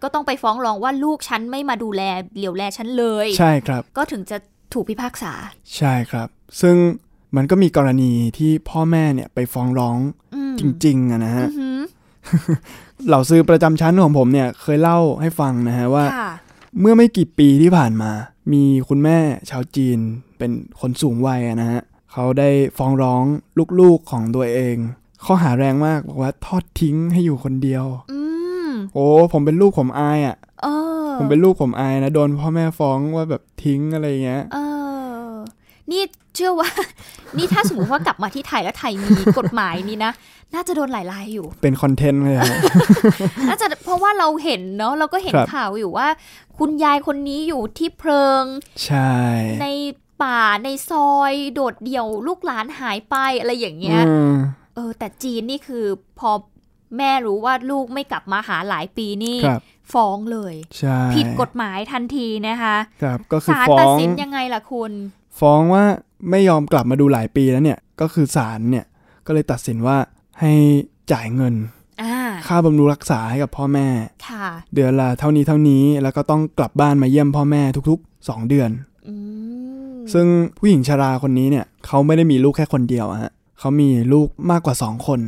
Speaker 3: ก็ต้องไปฟ้องร้องว่าลูกฉันไม่มาดูแลเหลียวแลฉันเลย
Speaker 2: ใช่ครับ
Speaker 3: ก็ถึงจะถูกพิพากษา
Speaker 2: ใช่ครับ ซึ่งมันก็มีกรณีที่พ่อแม่เนี่ยไปฟ้องร้อง
Speaker 3: อืม
Speaker 2: จริงๆอะนะฮะ
Speaker 3: อือหือ
Speaker 2: เหล่าซื้อประจำชั้นของผมเนี่ยเคยเล่าให้ฟังนะฮะว่า
Speaker 3: ค่ะ
Speaker 2: เมื่อไม่กี่ปีที่ผ่านมา มีคุณแม่ชาวจีนเป็นคนสูงวัยอะนะฮะเขาได้ฟ้องร้องลูกๆของตัวเอง ข้อหาแรงมากบอกว่าทอดทิ้งให้อยู่คนเดียว
Speaker 3: อืม
Speaker 2: โอ้ผมเป็นลูกผมอายอะ่ะ
Speaker 3: เออ
Speaker 2: ผมเป็นลูกผมอายนะโดนพ่อแม่ฟ้องว่าแบบทิ้งอะไรอย่างเงี้ย
Speaker 3: เออ นี่เชื่อว่า <laughs> นี่ถ้าสมมติว่ากลับมาที่ไทยแล้วไทยมีกฎหมายนี้นะ น่าจะโดนหลายรายอยู่
Speaker 2: เป็นคอนเทนต์เลย
Speaker 3: <laughs>
Speaker 2: ฮะ
Speaker 3: น่าจะเพราะว่าเราเห็นเนาะเราก็เห็น
Speaker 2: ครับ
Speaker 3: ข่าวอยู่ว่า คุณยายคนนี้อยู่ที่เพลิง
Speaker 2: ใช่
Speaker 3: ในป่าในซอยโดดเดี่ยวลูกหลานหายไปอะไรอย่างเงี้ย
Speaker 2: อืม
Speaker 3: เออ แต่จีนนี่คือพอแม่รู้ว่าลูกไม่กลับมาหาหลายปีนี่
Speaker 2: ครับ
Speaker 3: ฟ้องเลย
Speaker 2: ใช่
Speaker 3: ผิดกฎหมายทันทีนะคะ
Speaker 2: ครับก็คือ
Speaker 3: ศาล
Speaker 2: ฟ้อ
Speaker 3: ตัด
Speaker 2: ง
Speaker 3: สินยังไงล่ะคุณ
Speaker 2: ฟ้องว่าไม่ยอมกลับมาดูหลายปีแล้วเนี่ย ก็คือศาลเนี่ย ก็เลยตัดสินว่าให้จ่ายเงิน
Speaker 3: อ่า
Speaker 2: ค่าบำรุงรักษาให้กับพ่อแม่
Speaker 3: ค่ะ
Speaker 2: เดือนละเท่านี้เท่านี้แล้วก็ต้องกลับบ้านมาเยี่ยมพ่อแม่ทุกๆ 2 เดือน
Speaker 3: อืม
Speaker 2: ซึ่งผู้หญิงชราคนนี้เนี่ยเขาไม่ได้มีลูกแค่คนเดียวอะฮะเขามีลูกมากกว่า 2 คน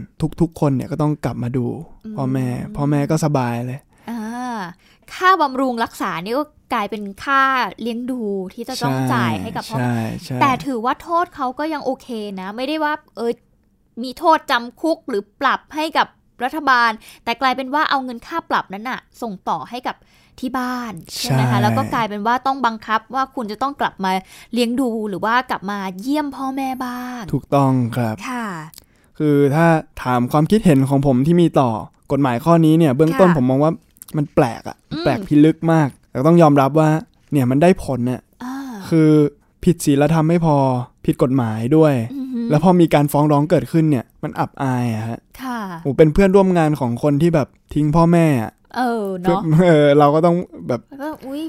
Speaker 2: ทุกๆ คนเนี่ยก็ต้องกลับมาดูพ่อแม่ พ่อแม่ก็สบายเลย
Speaker 3: อ่าค่าบำรุงรักษานี่ก็กลายเป็นค่าเลี้ยงดูที่จะต้องจ่ายให้กับพ่อ
Speaker 2: ใช่ใช่
Speaker 3: แต่ถือว่าโทษเขาก็ยังโอเคนะ ไม่ได้ว่า เออมีโทษจำคุกหรือปรับให้กับรัฐบาล แต่กลายเป็นว่าเอาเงินค่าปรับนั้นน่ะ ส่งต่อให้กับที่บ้านใช่ไหมคะแล้วก็กลายเป็นว่าต้องบังคับว่าคุณจะต้องกลับมาเลี้ยงดูหรือว่ากลับมาเยี่ยมพ่อแม่บ้าง
Speaker 2: ถูกต้องครับ
Speaker 3: ค่ะ
Speaker 2: คือถ้าถามความคิดเห็นของผมที่มีต่อกฎหมายข้อนี้เนี่ยเบื้องต้น
Speaker 3: ค่ะ
Speaker 2: ผมมองว่ามันแปลกอะ
Speaker 3: อืม
Speaker 2: แปลกพิลึกมาก แต่ก็ต้องยอมรับว่าเนี่ยมันได้ผลน่ะ
Speaker 3: อ่า
Speaker 2: คือผิดศีลธรรมไม่พอผิดกฎหมายด้วย
Speaker 3: อือหือ
Speaker 2: แล้วพอมีการฟ้องร้องเกิดขึ้นเนี่ยมันอับอายอะฮะ
Speaker 3: ค่ะ
Speaker 2: โอ้เป็นเพื่อนร่วมงานของคนที่แบบทิ้งพ่อแม่อะ
Speaker 3: เออเนาะ
Speaker 2: เออ <laughs> เราก็ต้องแบบ
Speaker 3: แล้วก็อุ้ย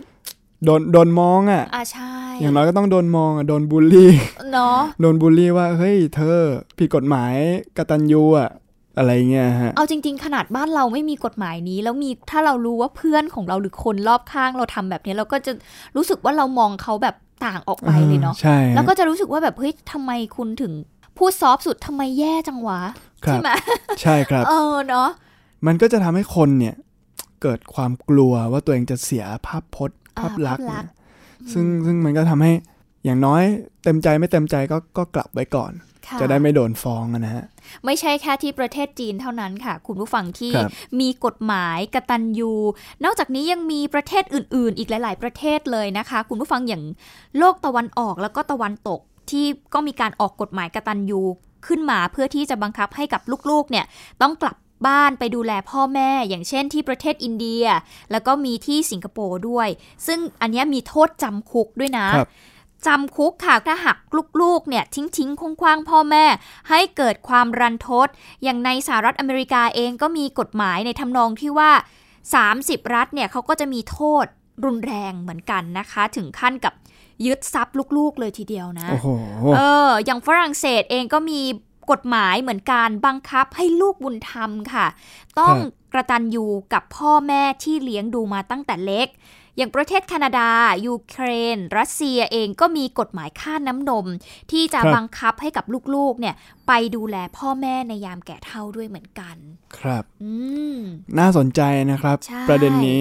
Speaker 2: โดนโดนมองอะ
Speaker 3: อ่าใช่
Speaker 2: อย่างน้อยก็ต้องโดนมองอะโดนบูลลี่ <laughs>
Speaker 3: เนาะ
Speaker 2: โดนบูลลี่ว่าเฮ้ยเธอผิดกฎหมายกตัญญูอะอะไรเงี้ยฮะ
Speaker 3: เอาจริง ๆ ขนาดบ้านเราไม่มีกฎหมายนี้ แล้วมีถ้าเรารู้ว่าเพื่อนของเราหรือคนรอบข้างเราทำแบบนี้ เราก็จะรู้สึกว่าเรามองเขาแบบต่างออกไปเลยเนาะ
Speaker 2: ออใช่
Speaker 3: แล้วก็จะรู้สึกว่าแบบเฮ้ยทำไมคุณถึงพูดซอฟต์สุดทำไมแย่จังวะ
Speaker 2: ครับ
Speaker 3: ใช่ไหม
Speaker 2: ใช่ครับ
Speaker 3: เออเนาะ
Speaker 2: มันก็จะทำให้คนเนี่ย เกิดความกลัวว่าตัวเองจะเสียภาพพจน์
Speaker 3: อ่
Speaker 2: ภาพลักษณ์
Speaker 3: ลั
Speaker 2: เนี่ย
Speaker 3: กษณ์
Speaker 2: ซึ่งซึ่งมันก็ทำให้อย่างน้อยเต็มใจไม่เต็มใจก็ก็กลับไว้ก่อน
Speaker 3: ค่
Speaker 2: จะได้ไม่โดนฟ้องอะนะฮะ
Speaker 3: ไม่ใช่แค่ที่ประเทศจีนเท่านั้นค่ะ คุณผู้ฟังที่
Speaker 2: ครับ
Speaker 3: มีกฎหมายกตัญญูนอกจากนี้ยังมีประเทศอื่น ๆ อีกหลาย ๆ ประเทศเลยนะคะ คุณผู้ฟังอย่าง โลกตะวันออกแล้วก็ตะวันตกที่ก็มีการออกกฎหมายกตัญญูขึ้นมาเพื่อที่จะบังคับให้กับลูกๆเนี่ยต้องกลับบ้านไปดูแลพ่อแม่ อย่างเช่นที่ประเทศอินเดีย แล้วก็มีที่สิงคโปร์ด้วย ซึ่งอันเนี้ยมีโทษจำคุกด้วยนะครับ จำคุกค่ะถ้าหากลูกๆเนี่ยทิ้งทิ้งคงคว้างๆพ่อแม่ ให้เกิดความรันทด อย่างในสหรัฐอเมริกาเองก็มีกฎหมายในทำนองที่ว่า 30 รัฐเนี่ยเขาก็จะมีโทษรุนแรงเหมือนกันนะคะ ถึงขั้นกับยึดทรัพย์ลูกๆเลยทีเดียวนะ
Speaker 2: โอ้โห
Speaker 3: เออ อย่างฝรั่งเศสเองก็มีกฎหมายเหมือนกันบังคับให้ลูกบุญธรรมค่ะ ต้อง
Speaker 2: ครับ
Speaker 3: กระตันยูกับพ่อแม่ที่เลี้ยงดูมาตั้งแต่เล็ก อย่างประเทศแคนาดา ยูเครน รัสเซียเองก็มีกฎหมายค่าน้ำนม ที่จะ
Speaker 2: ครับ
Speaker 3: บังคับให้กับลูกๆ เนี่ย ไปดูแลพ่อแม่ในยามแก่เฒ่าด้วยเหมือนกัน
Speaker 2: ครับ
Speaker 3: อืม
Speaker 2: น่าสนใจนะครับ
Speaker 3: ใช่
Speaker 2: ประเด็นนี้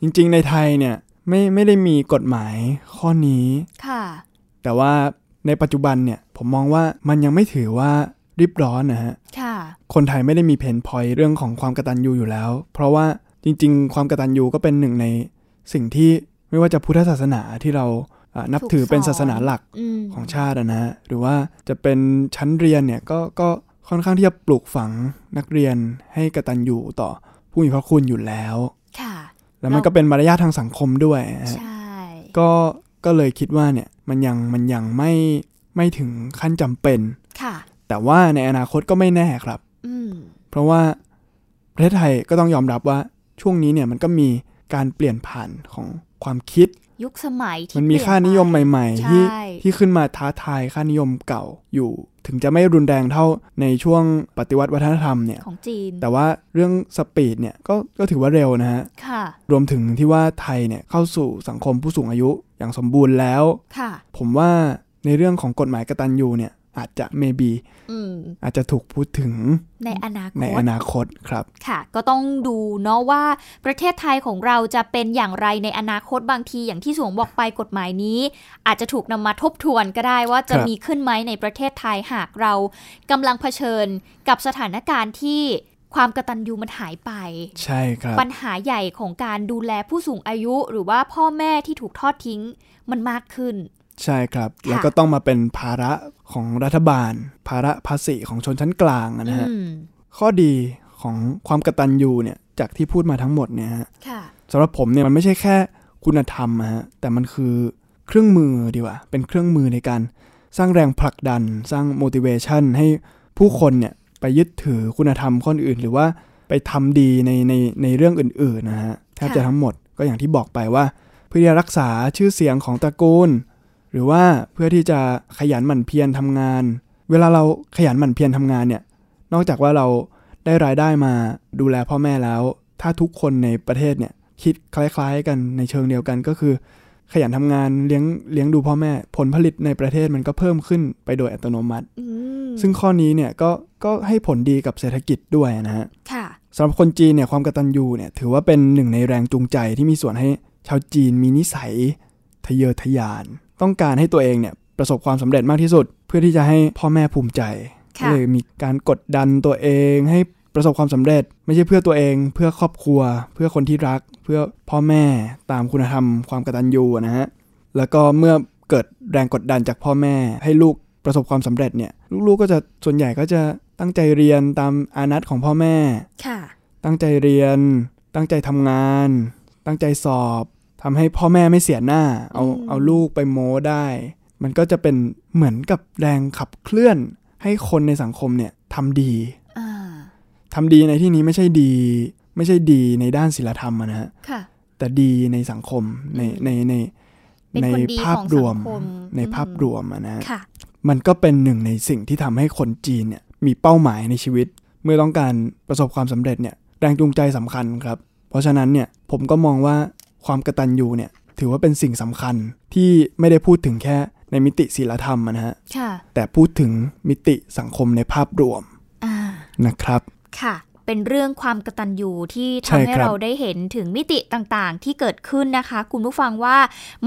Speaker 2: จริง ๆ ในไทยเนี่ยไม่ไม่ได้มีกฎหมายข้อนี้
Speaker 3: ค่ะ
Speaker 2: แต่ว่าในปัจจุบันเนี่ยผมมองว่ามันยังไม่ถือว่ารีบร้อนนะฮะ
Speaker 3: ค่ะ
Speaker 2: คนไทยไม่ได้มีเพนพอยเรื่องของความกตัญญูอยู่แล้ว เพราะว่าจริง ๆ ความกตัญญูก็เป็นหนึ่งในสิ่งที่ไม่ว่าจะพุทธศาสนาที่เราอ่ะนับถือเป็นศาสนาหลัก
Speaker 3: อืม
Speaker 2: ของชาติอะนะฮะหรือว่าจะเป็นชั้นเรียนเนี่ยก็ก็ค่อนข้างที่จะปลูกฝังนักเรียนให้กตัญญูต่อผู้มีพระคุณอยู่แล้ว
Speaker 3: ค่ะ
Speaker 2: แล้วมัน
Speaker 3: เรา
Speaker 2: ก็เป็นมารยาททางสังคมด้วยฮะ
Speaker 3: ใช่
Speaker 2: ก็ก็เลยคิดว่าเนี่ยมันยังมันยังไม่ไม่ถึงขั้นจำเป็น
Speaker 3: ค่ะ
Speaker 2: แต่ว่าในอนาคตก็ไม่แน่ครับ
Speaker 3: อืม
Speaker 2: เพราะว่าประเทศไทยก็ต้องยอมรับว่าช่วงนี้เนี่ยมันก็มีการเปลี่ยนผ่านของความคิด
Speaker 3: ยุคสมัยที่
Speaker 2: มันมี
Speaker 3: เปลี่ย
Speaker 2: ค่านิยม
Speaker 3: ไป
Speaker 2: ใหม่ ๆ ที่
Speaker 3: ใช่
Speaker 2: ที่ขึ้นมาท้าทายค่านิยมเก่าอยู่ ถึงจะไม่รุนแรงเท่าในช่วงปฏิวัติวัฒนธรรมเนี่ย
Speaker 3: ของจีน
Speaker 2: แต่ว่าเรื่องสปีดเนี่ยก็ก็ถือว่าเร็วนะฮะ
Speaker 3: ค่ะ
Speaker 2: รวมถึงที่ว่าไทยเนี่ยเข้าสู่สังคมผู้สูงอายุอย่างสมบูรณ์แล้ว
Speaker 3: ค่ะ
Speaker 2: ผมว่าในเรื่องของกฎหมายกตัญญูเนี่ยอาจจะ maybe
Speaker 3: อืม
Speaker 2: อาจจะถูกพูดถึง
Speaker 3: ในอนาค
Speaker 2: ใน
Speaker 3: ต
Speaker 2: อนาคตครับ
Speaker 3: ค่ะก็ต้องดูเนาะว่าประเทศไทยของเราจะเป็นอย่างไรในอนาคตบางทีอย่างที่สวงบอกไปกฎหมายนี้ อาจจะถูกนำมาทบทวนก็ได้ว่าจะ
Speaker 2: ครับ
Speaker 3: มีขึ้นไหมในประเทศไทยหากเรากำลังเผชิญกับสถานการณ์ที่ความกระตันยูมันหายไป
Speaker 2: ใช่ครับ
Speaker 3: ปัญหาใหญ่ของการดูแลผู้สูงอายุ หรือว่าพ่อแม่ที่ถูกทอดทิ้งมันมากขึ้น
Speaker 2: ใช่ครับ
Speaker 3: ค่ะ
Speaker 2: แล้วก็ต้องมาเป็นภาระของรัฐบาล ภาระภาษีของชนชั้นกลางอะนะฮะ
Speaker 3: อืม
Speaker 2: ข้อดีของความกตัญญูเนี่ยจากที่พูดมาทั้งหมดเนี่ยฮะ
Speaker 3: ค่ะ
Speaker 2: สำหรับผมเนี่ยมันไม่ใช่แค่คุณธรรมอะฮะแต่มันคือเครื่องมือดีกว่า เป็นเครื่องมือในการสร้างแรงผลักดัน สร้าง motivation ให้ผู้คนเนี่ยไปยึดถือคุณธรรมข้ออื่น หรือว่าไปทำดีในในในเรื่องอื่นๆนะฮะแทบจะทั้งหมดก็อย่างที่บอกไปว่า เพื่อที่จะรักษาชื่อเสียงของตระกูล หรือว่าเพื่อที่จะขยันหมั่นเพียรทำงาน เวลาเราขยันหมั่นเพียรทำงานเนี่ย นอกจากว่าเราได้รายได้มาดูแลพ่อแม่แล้ว ถ้าทุกคนในประเทศเนี่ยคิดคล้ายๆกันในเชิงเดียวกันก็คือ ขยันทำงานเลี้ยงเลี้ยงดูพ่อแม่ ผลผลิตในประเทศมันก็เพิ่มขึ้นไปโดยอัตโนมัติ
Speaker 3: อืม
Speaker 2: ซึ่งข้อนี้เนี่ยก็ก็ให้ผลดีกับเศรษฐกิจด้วยนะฮะ
Speaker 3: ค่ะ
Speaker 2: สำหรับคนจีนเนี่ยความกตัญญูเนี่ยถือว่าเป็นหนึ่งในแรงจูงใจที่มีส่วนให้ชาวจีนมีนิสัยทะเยอทะยาน ต้องการให้ตัวเองเนี่ยประสบความสำเร็จมากที่สุด เพื่อที่จะให้พ่อแม่ภูมิใจ ก็
Speaker 3: ค่ะ
Speaker 2: เลยมีการกดดันตัวเองให้ประสบความสำเร็จ ไม่ใช่เพื่อตัวเองเพื่อครอบครัว เพื่อคนที่รัก เพื่อพ่อแม่ตามคุณธรรมความกตัญญูนะฮะแล้วก็เมื่อเกิดแรงกดดันจากพ่อแม่ ให้ลูกประสบความสำเร็จเนี่ยลูกๆก็จะส่วนใหญ่ก็จะตั้งใจเรียนตามอานัตของพ่อแม่
Speaker 3: ค่ะ
Speaker 2: ตั้งใจเรียน ตั้งใจทำงาน ตั้งใจสอบทำให้พ่อแม่ไม่เสียหน้า เอา
Speaker 3: อืม
Speaker 2: เอาลูกไปโม้ได้ มันก็จะเป็นเหมือนกับแรงขับเคลื่อน ให้คนในสังคมเนี่ยทำดี
Speaker 3: อ่า
Speaker 2: ทำดีในที่นี้ไม่ใช่ดี ไม่ใช่ดีในด้านศิลธรรมอะนะฮะ
Speaker 3: ค่ะ
Speaker 2: แต่ดีในสังคมในในใน
Speaker 3: เป็น
Speaker 2: ใน
Speaker 3: คนดี
Speaker 2: ภาพ
Speaker 3: ของ
Speaker 2: ร
Speaker 3: สั
Speaker 2: วม
Speaker 3: งคม
Speaker 2: ใน
Speaker 3: อืม
Speaker 2: ภาพรวมอะนะฮะ
Speaker 3: ค่ะ
Speaker 2: มันก็เป็นหนึ่งในสิ่งที่ทำให้คนจีนเนี่ยมีเป้าหมายในชีวิต เมื่อต้องการประสบความสำเร็จเนี่ยแรงจูงใจสำคัญครับ เพราะฉะนั้นเนี่ยผมก็มองว่าความกตัญญูเนี่ยถือว่าเป็นสิ่งสำคัญที่ไม่ได้พูดถึงแค่ในมิติศีลธรรมอะนะฮะ
Speaker 3: ค่ะ
Speaker 2: แต่พูดถึงมิติสังคมในภาพรวม
Speaker 3: อ่า
Speaker 2: นะครับ
Speaker 3: ค่ะ เป็นเรื่องความกตัญญูที่
Speaker 2: ใช่
Speaker 3: ทำให้
Speaker 2: ครับ
Speaker 3: เราได้เห็นถึงมิติต่างๆ ที่เกิดขึ้นนะคะ คุณผู้ฟังว่า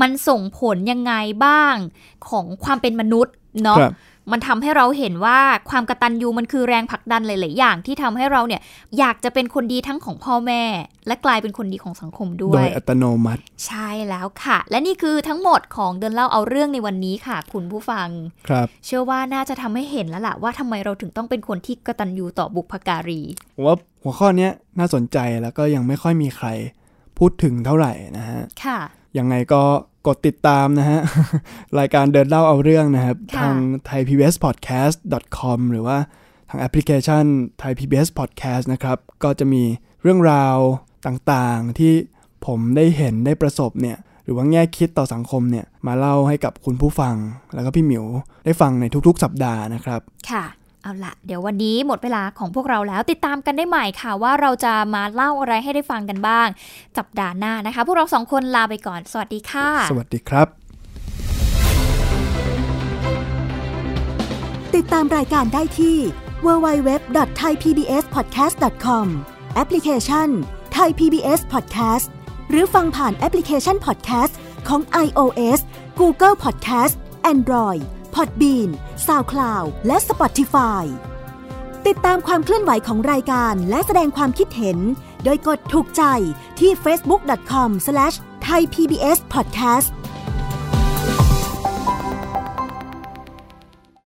Speaker 3: มันส่งผลยังไงบ้างของความเป็นมนุษย์เนาะ
Speaker 2: ครับ
Speaker 3: มันทำให้เราเห็นว่าความกตัญญูมันคือแรงผลักดันหลาย ๆ อย่างที่ทำให้เราเนี่ยอยากจะเป็นคนดีทั้งของพ่อแม่ และกลายเป็นคนดีของสังคมด้
Speaker 2: โด
Speaker 3: วย ย
Speaker 2: อัตโนมัติ
Speaker 3: ใช่แล้วค่ะ และนี่คือทั้งหมดของเดินเล่าเอาเรื่องในวันนี้ค่ะ คุณผู้ฟัง
Speaker 2: ครับ
Speaker 3: เชื่อว่าน่าจะทำให้เห็นแล้วล่ะว่าทำไมเราถึงต้องเป็นคนที่กตัญญูต่อบุพการี
Speaker 2: ผมว่าหัวข้อเนี้ยน่าสนใจแล้วก็ยังไม่ค่อยมีใครพูดถึงเท่าไหร่นะฮะ
Speaker 3: ค่ะ
Speaker 2: ยังไงก็กดติดตามนะฮ <laughs> ะ รายการเดินเล่าเอาเรื่องนะครับ
Speaker 3: ค่ะ
Speaker 2: ทาง thaipbspodcast.com หรือว่าทางแอปพลิเคชัน Thai PBS Podcast นะครับ ก็จะมีเรื่องราวต่างๆ ที่ผมได้เห็นได้ประสบเนี่ย หรือว่าแง่คิดต่อสังคมเนี่ย มาเล่าให้กับคุณผู้ฟัง แล้วก็พี่หมิวได้ฟังในทุกๆ สัปดาห์นะครับ
Speaker 3: ค่ะ เอาละเดี๋ยววันนี้หมดเวลาของพวกเราแล้วติดตามกันได้ใหม่ค่ะ ว่าเราจะมาเล่าอะไรให้ได้ฟังกันบ้างสัปดาห์หน้านะคะ พวกเราสองคนลาไปก่อน สวัสดีค่ะ
Speaker 2: สวัสดีครับ
Speaker 4: ติดตามรายการได้ที่ www.thaipbspodcast.com แอปพลิเคชัน Thai PBS Podcast หรือฟังผ่านแอปพลิเคชัน Podcast ของ iOS Google Podcast Android Podbean SoundCloud และ Spotify ติดตามความเคลื่อนไหวของรายการและแสดงความคิดเห็น โดยกดถูกใจที่ facebook.com/thaipbspodcast